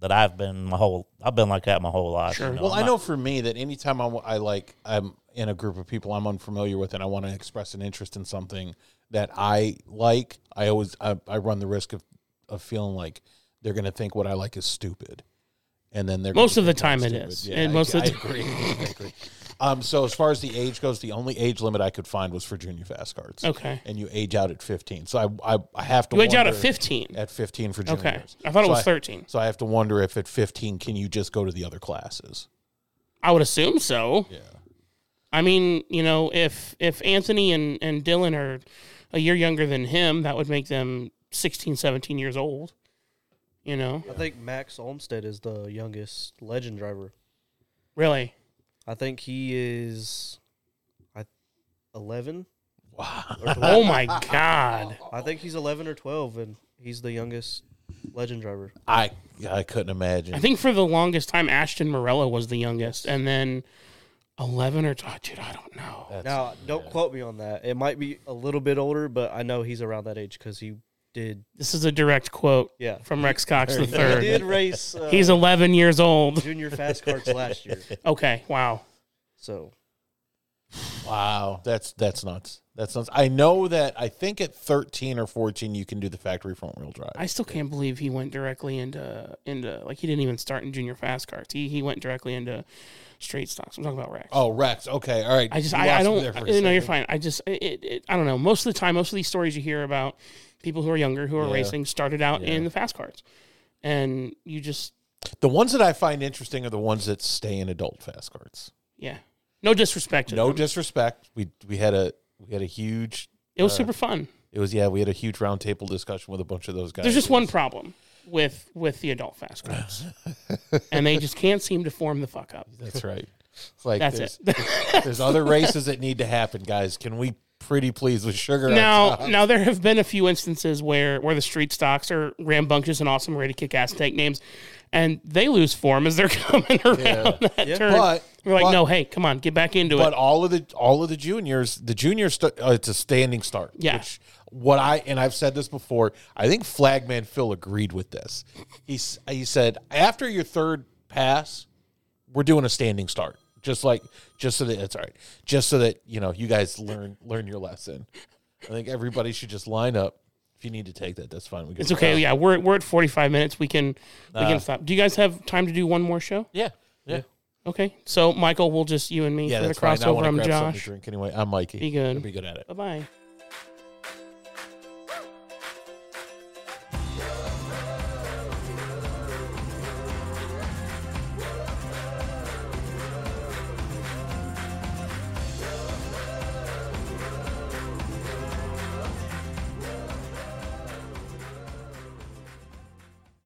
that I've been my whole I've been like that my whole life. you
Sure.
know?
well,
I'm
I
not-
know for me that anytime I'm, I like I'm in a group of people I'm unfamiliar with and I want to express an interest in something that I like, I always I, I run the risk of of feeling like they're going to think what I like is stupid, and then they're
Most
gonna
of the
think I'm
time it
stupid.
is.
Yeah,
And
I-
most of
I
the-
agree. I agree. Um, so as far as the age goes, the only age limit I could find was for junior fast cards.
Okay.
and you age out at 15. So I I, I have to
You age out at
wonder-
15.
at 15 for juniors.
Okay. I thought it
So
was 13.
so I have to wonder if at 15, can you just go to the other classes?
I would assume so.
Yeah.
I mean, you know, if if Anthony and, and Dylan are a year younger than him, that would make them 16, 17 years old. You know?
I think Max Olmstead is the youngest legend driver.
Really?
I think he is, I, eleven.
Oh my God.
I think he's eleven or twelve, and he's the youngest legend driver.
I I couldn't imagine.
I think for the longest time, Ashton Morella was the youngest, and then 11 or 12. Dude, I don't know.
Now, don't quote me on that. It might be a little bit older, but I know he's around that age because he did.
This is a direct quote
Yeah.
from Rex Cox the
He did
third.
race. Uh,
He's 11 years old.
junior fast carts last year.
Okay, wow.
So
wow, that's that's nuts. That's nuts. I know that I think at 13 or 14 you can do the factory front wheel drive.
I still can't believe he went directly into into like he didn't even start in junior fast carts. He he went directly into straight stocks. I'm talking about Rex.
oh, Rex. Okay, all right.
I just
You
I, I
lost me
don't
there for a
no you're
second.
fine. I just it, it, it I don't know. Most of the time, most of these stories you hear about people who are younger who are
Yeah.
racing started out
Yeah.
in the fast carts, and you just
The ones that I find interesting are the ones that stay in adult fast cards.
yeah. No disrespect to
No
them.
disrespect. We we had a we had a huge
it was super fun.
it was yeah, we had a huge roundtable discussion with a bunch of those guys.
There's just one problem with with the adult fast carts, and they just can't seem to form the fuck up.
That's right. It's like
That's
there's,
it.
There's other races that need to happen, guys. Can we pretty please with sugar? on
Now,
top?
now there have been a few instances where where the street stocks are rambunctious and awesome, ready to kick ass, take names, and they lose form as they're coming around that
Yeah.
turn.
But
We're like,
but-
no, hey, come on, get back into
but
it.
all of the all of the juniors, the juniors, st- uh, it's a standing start.
Yeah.
Which what I and I've said this before. I think Flagman Phil agreed with this. He s- he said after your third pass, we're doing a standing start. Just like just so that it's all right. Just so that you know you guys learn learn your lesson. I think everybody should just line up. If you need to take that, that's fine. We can
It's okay. Yeah, we're we're at forty five minutes. We can we can stop. Do you guys have time to do one more show?
Yeah. Yeah.
Okay. So Michael, we'll just you and me
Yeah,
for the
that's fine. I
crossover.
want to
I'm
grab something to
Josh.
drink anyway. I'm Mikey.
Be good.
Be good at it.
Bye bye.